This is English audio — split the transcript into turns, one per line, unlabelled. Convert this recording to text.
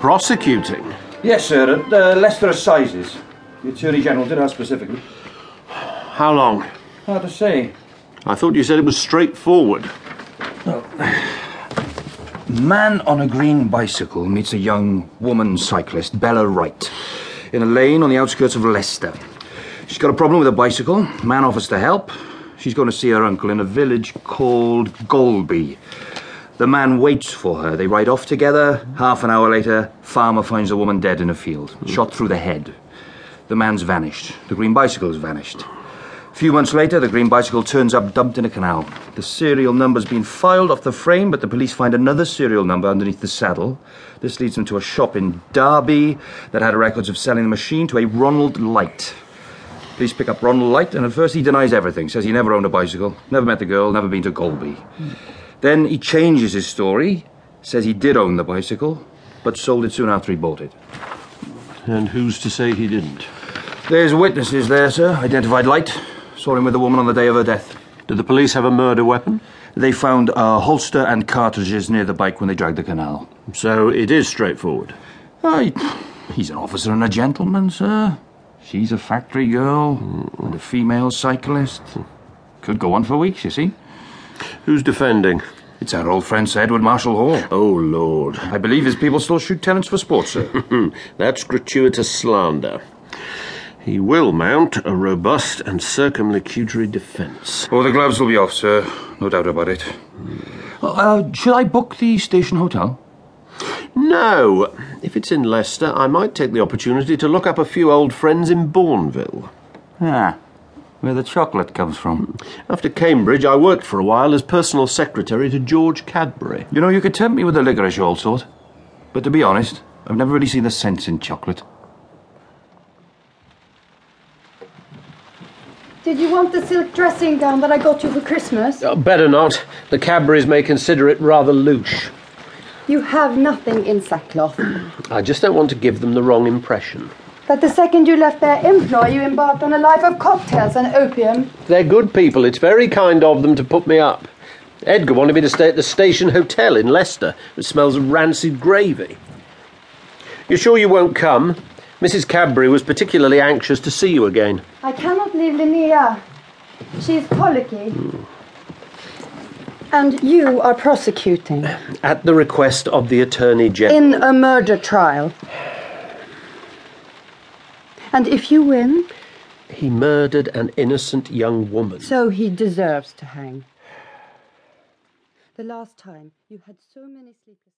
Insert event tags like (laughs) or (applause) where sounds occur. prosecuting?
Yes, sir, at uh, Leicester Assizes. The Attorney General did ask specifically.
How long?
Hard to say.
I thought you said it was straightforward.
Man on a green bicycle meets a young woman cyclist, Bella Wright, in a lane on the outskirts of Leicester. She's got a problem with her bicycle. Man offers to help. She's going to see her uncle in a village called Golby. The man waits for her. They ride off together. Half an hour later, farmer finds a woman dead in a field, shot through the head. The man's vanished. The green bicycle's vanished. A few months later, the green bicycle turns up dumped in a canal. The serial number's been filed off the frame, but the police find another serial number underneath the saddle. This leads them to a shop in Derby that had records of selling the machine to a Ronald Light. Police pick up Ronald Light, and at first he denies everything. Says he never owned a bicycle, never met the girl, never been to Golby. Then he changes his story, says he did own the bicycle, but sold it soon after he bought it.
And who's to say he didn't?
There's witnesses there, sir. Identified Light. Saw him with the woman on the day of her death.
Did the police have a murder weapon?
They found a holster and cartridges near the bike when they dragged the canal.
So it is straightforward.
Ah, he- he's an officer and a gentleman, sir. She's a factory girl and a female cyclist. Could go on for weeks, you see.
Who's defending?
It's our old friend Sir Edward Marshall Hall.
Oh, Lord.
I believe his people still shoot tenants for sport, sir.
That's gratuitous slander. He will mount a robust and circumlocutory defence.
(laughs) oh, the gloves will be off, sir. No doubt about it. Uh, should I book the station hotel?
No, if it's in Leicester, I might take the opportunity to look up a few old friends in Bourneville.
Ah, where the chocolate comes from.
After Cambridge, I worked for a while as personal secretary to George Cadbury.
You know, you could tempt me with a licorice all sort. But to be honest, I've never really seen the sense in chocolate.
Did you want the silk dressing gown that I got you for Christmas?
Oh, better not. The Cadburys may consider it rather louche.
You have nothing in sackcloth. (clears throat)
I just don't want to give them the wrong impression.
That the second you left their employ, you embarked on a life of cocktails and opium.
They're good people. It's very kind of them to put me up. Edgar wanted me to stay at the station hotel in Leicester. It smells of rancid gravy. You're sure you won't come? Mrs. Cadbury was particularly anxious to see you again.
I cannot leave Linnea. She is colicky. And you are prosecuting
At the request of the Attorney General.
in a murder trial. And if you win,
He murdered an innocent young woman.
so he deserves to hang. The last time you had so many sleepless.